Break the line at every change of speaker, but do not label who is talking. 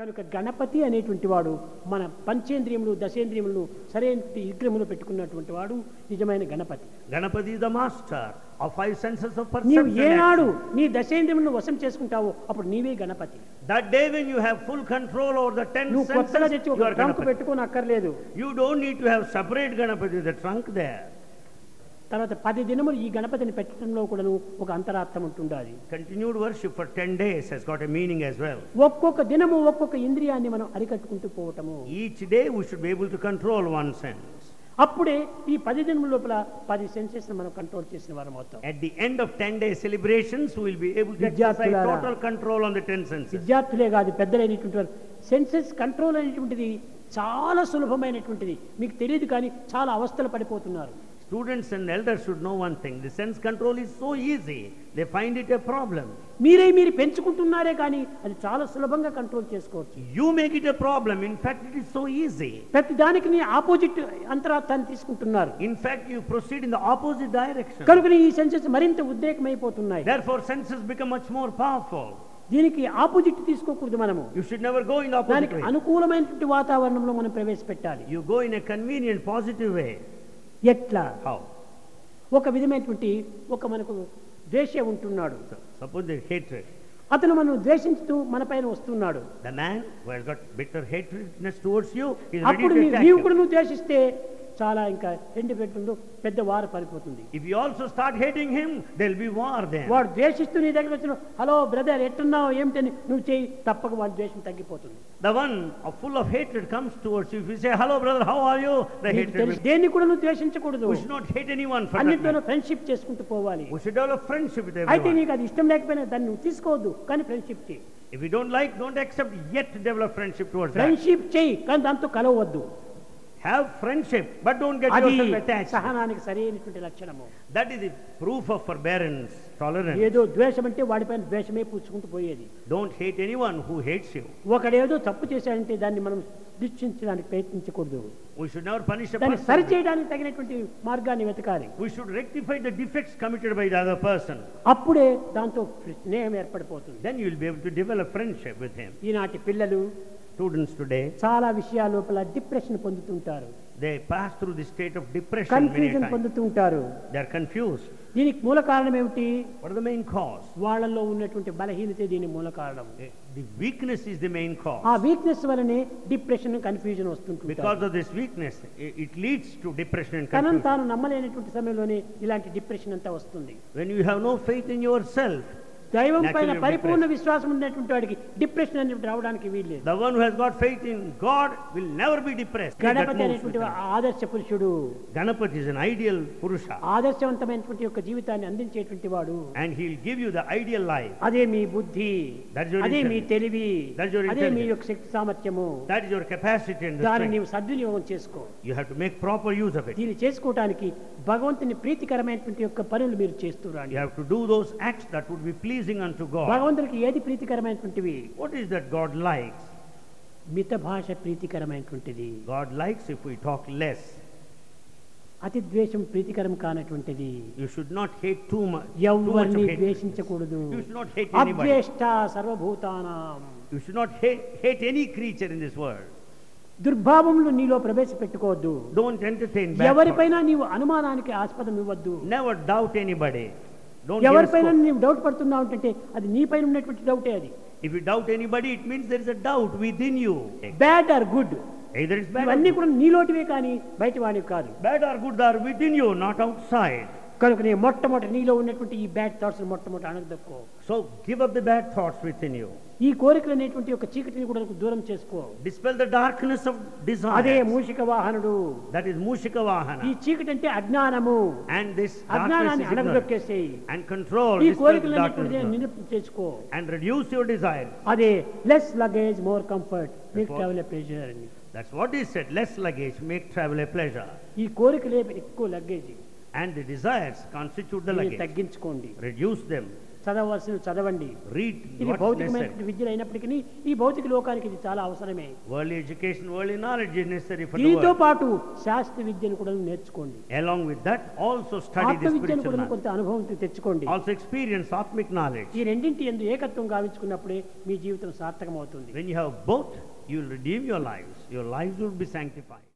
కనుక గణపతి అనేటువంటి వాడు మన పంచేంద్రియములు దశేంద్రియములు సరైన విగ్రహములు పెట్టుకున్నటువంటి వాడు నిజమైన Ganapati
Ganapati is the master of five senses of
నీవు
perception. and
ఏనాడు నీ దశేంద్రియములను వశం చేసుకుంటావో అప్పుడు నీవే Ganapati
That day when you have full control over the ten
నువ్వు కొత్తగా
senses,
తెచ్చి
you
ఒక
are
ట్రంక్
Ganapati.
పెట్టుకొని అక్కర్లేదు
You don't need to have separate Ganapati, the trunk there.
తర్వాత పది దినములు ఈ గణపతిని పెట్టడంలో కూడాను ఒక అంతరార్థం ఉంటుండాలి
Continued worship for ten days has got a meaning as well.
ఒక్కొక్క దినము ఒక్కొక్క ఇంద్రియాన్ని మనం అరికట్టుకుంటూ పోవటము
Each day we should be able to control one sense.
అప్పుడే ఈ పది దినముల లోపల పది సెన్సెస్ మనం కంట్రోల్ చేసిన వారం అవుతాం
At the end of ten day celebrations, we will be able to exercise
విద్యార్థులారా.
total control on the ten senses.
విద్యార్థులే కాదు పెద్దలైనటువంటి వారు సెన్సెస్ కంట్రోల్ అనేటువంటిది చాలా సులభమైనటువంటిది మీకు తెలియదు కానీ చాలా అవస్థలు పడిపోతున్నారు
Students and elders should know one thing the sense control is so easy, they find it a problem.
మీరే మీరు పెంచుకుంటున్నారే కానీ అది చాలా సులభంగా కంట్రోల్ చేసుకోవచ్చు
You make it a problem. In fact, it is so easy.
ప్రతి దానికి నీ ఆపోజిట్ అంతరార్థాన్ని తీసుకుంటున్నారు
In fact, you proceed in the opposite direction.
కనుక ఈ సెన్సెస్ మరింత ఉద్రేకమైపోతున్నాయి
Therefore, senses become much more powerful.
దీనికి ఆపోజిట్ తీసుకోకూడదు మనము
You should never go in the opposite
దానికి
way.
అనుకూలమైనటువంటి వాతావరణంలో మనం ప్రవేశపెట్టాలి
You go in a convenient, positive way.
ఎట్లా
How?
ఒక విధమైనటువంటి ఒక మనకు ద్వేష ఉంటున్నాడు
Suppose there is hatred.
అతను మనం ద్వేషించుతూ మన పైన వస్తున్నాడు
The man who has got bitter hatredness towards you is ready
అప్పుడు
to
నీ-
attack
నీవు
you.
కూడా నువ్వు ద్వేషిస్తే చాలా ఇంకా రెండు పెట్టండు పెద్ద వారు పడిపోతుంది
If you also start hating him, there will be war then.
వాడు ద్వేషిస్తూ నీ దగ్గర వచ్చిన హలో బ్రదర్ ఎట్టున్నావు ఏమిటని నువ్వు చేయి తప్పక వాడి ద్వేషం తగ్గిపోతుంది
The one uh, full of hatred comes towards you. If you say, hello brother, how are you?
నీకు
The hatred
తెలుసు
will...
దేన్ని కూడా నువ్వు ద్వేషించకూడదు
We should not hate anyone for that
అన్నిటితోనూ
matter.
ఫ్రెండ్షిప్ చేసుకుంటూ పోవాలి
We should develop friendship with
అయితే
everyone.
నీకు అది ఇష్టం లేకపోయినా దాన్ని నువ్వు తీసుకోవద్దు కానీ ఫ్రెండ్షిప్ చేయి
If you don't like, don't accept, yet develop friendship towards that.
Friendship చేయి కానీ దాంతో కలవద్దు
Have friendship, but don't get
అది
yourself attached.
సహనానికి సరైనటువంటి లక్షణము
That is the proof of forbearance, tolerance.
ఏదో ద్వేషం అంటే వాడిపైన ద్వేషమే పూసుకుంటూ పోయేది
Don't hate anyone who hates you.
ఒకడేదో తప్పు చేశాడంటే దాన్ని మనం దృష్టించడానికి ప్రయత్నించకూడదు
We should never punish a
దాన్ని
person.
సరిచేయడానికి తగినటువంటి మార్గాన్ని వెతకాలి
We should rectify the defects committed by the other person.
అప్పుడే దాంతో స్నేహం ఏర్పడిపోతుంది
Then you will be able to develop friendship with him.
ఈనాటి పిల్లలు
Students today,
చాలా విషయాల లోపల డిప్రెషన్ పొందుతుంటారు
they pass through the state of depression many
confusion
times.
పొందుతుంటారు
They are confused.
దీనికి మూల కారణం ఏమిటి
What are the main cause?
వాళ్ళలో ఉన్నటువంటి బలహీనత దీని మూల కారణం
Eh, The weakness is the main
ఆ
cause.
వీక్నెస్ వలనే డిప్రెషన్ కన్ఫ్యూజన్ వస్తుంటుంది
Because of this weakness, i- it leads to depression and
తనను
confusion.
తాను నమ్మలేనటువంటి సమయంలోనే ఇలాంటి డిప్రెషన్ అంతా వస్తుంది
When you have no faith in yourself,
దైవం
Naturally
పైన
depressed.
పరిపూర్ణ విశ్వాసం ఉన్నటువంటి వాడికి డిప్రెషన్ అనేటువంటి రావడానికి వీల్లేదు
the one who has got faith in God will never be depressed. That
Ganapati
moves
అనేటువంటి
with
ఆ
him.
ఆదర్శ పురుషుడు
Ganapati is an ideal Purusha
ఆదర్శవంతమైనటువంటి యొక్క జీవితాన్ని అందించేటువంటి వాడు
and he will give you the ideal life.
అదే మీ బుద్ధి
That's your
అదే మీ
intelligence.
తెలివి
That's your
అదే మీ
intelligence.
యొక్క శక్తి సామర్థ్యము
That is your capacity and the
దాన్ని
strength.
నీవు సద్వినియోగం చేసుకో
You have to make proper use of it.
దీన్ని చేసుకోవటానికి భగవంతుని ప్రీతికరమైనటువంటి యొక్క పనులు మీరు చేస్తూ
You
రాండి
have to do those acts that would be pleasing unto God.
భగవంతునికి ఏది ప్రీతికరమైనటువంటివి
What is that God likes?
మిత భాష ప్రీతికరమైనటువంటిది
God likes if we talk less.
అతి ద్వేషం ప్రీతికరం కానటువంటిది
You should not hate too much. Too much of
ఎవరిని
hatred.
ద్వేషించకూడదు
You should not hate anybody.
అద్వేష్ట సర్వభూతానాం
You should not hate, hate any creature in this world.
దుర్భావములు నీలో ప్రవేశపెట్టుకోవద్దు
Don't entertain bad thoughts.
ఎవరిపైన నీవు అనుమానానికి ఆస్పదం ఇవ్వద్దు
Never doubt anybody. Don't give
ఎవరిపైన
scope.
నీవు doubt పడుతున్నావు అంటే అది నీ పైన ఉన్నటువంటి డౌటే అది
If you doubt anybody, it means there is a doubt within you.
Bad or good
Either it's bad,
ఇవన్నీ
or,
కూడా నీలోటివే కానీ బయట వాడివి కాదు
bad or good are within you, not outside.
కనుక నేను మొట్టమొదటి నీలో ఉన్నటువంటి ఈ బ్యాడ్ థాట్స్ మొట్టమొదటి అణగదొక్కో
So give up the bad thoughts within you.
ఈ కోరికలు అనేటువంటి ఒక చీకటిని కూడా దూరం చేసుకో
Dispel the darkness of
అదే
desire.
Mushika వాహనుడు
That is Mushika
ఈ
Vahana.
చీకటి అంటే అజ్ఞానము
And this darkness
అజ్ఞానాన్ని
is ignorant.
అణగదొక్కేసేయి
And control
ఈ
dispel the
కోరికలు
darkness.
అనేటువంటి
now.
నిలుపు చేసుకో
And reduce your desire.
అదే లెస్ లగేజ్ మోర్ కంఫర్ట్ మీకు
Before-
ట్రావెల్ ప్లేజర్ అని
That's what is said. Less luggage, make travel a pleasure.
ఈ కోరికలే ఎక్కువ luggage
And the desires constitute the luggage.
తగ్గించుకోండి
Reduce them.
చదవవలసినవి చదవండి
Read
ఇది
what's necessary.
భౌతికమైన విద్య అయినప్పటికీ ఈ భౌతిక లోకానికి ఇది చాలా అవసరమే
Worldly education, worldly knowledge is necessary for the
దీంతో
world.
పాటు శాస్త్ర విద్యను కూడా నేర్చుకోండి
Along with that, also study
ఆత్మ
the
విద్యను
spiritual
కూడా
knowledge.
కొంత అనుభవం తెచ్చుకోండి
Also experience atmic knowledge.
ఈ రెండింటి ఎందు ఏకత్వం గావించుకున్నప్పుడే మీ జీవితం సార్థకమవుతుంది
When you have both, you will redeem your lives. Your lives will be sanctified.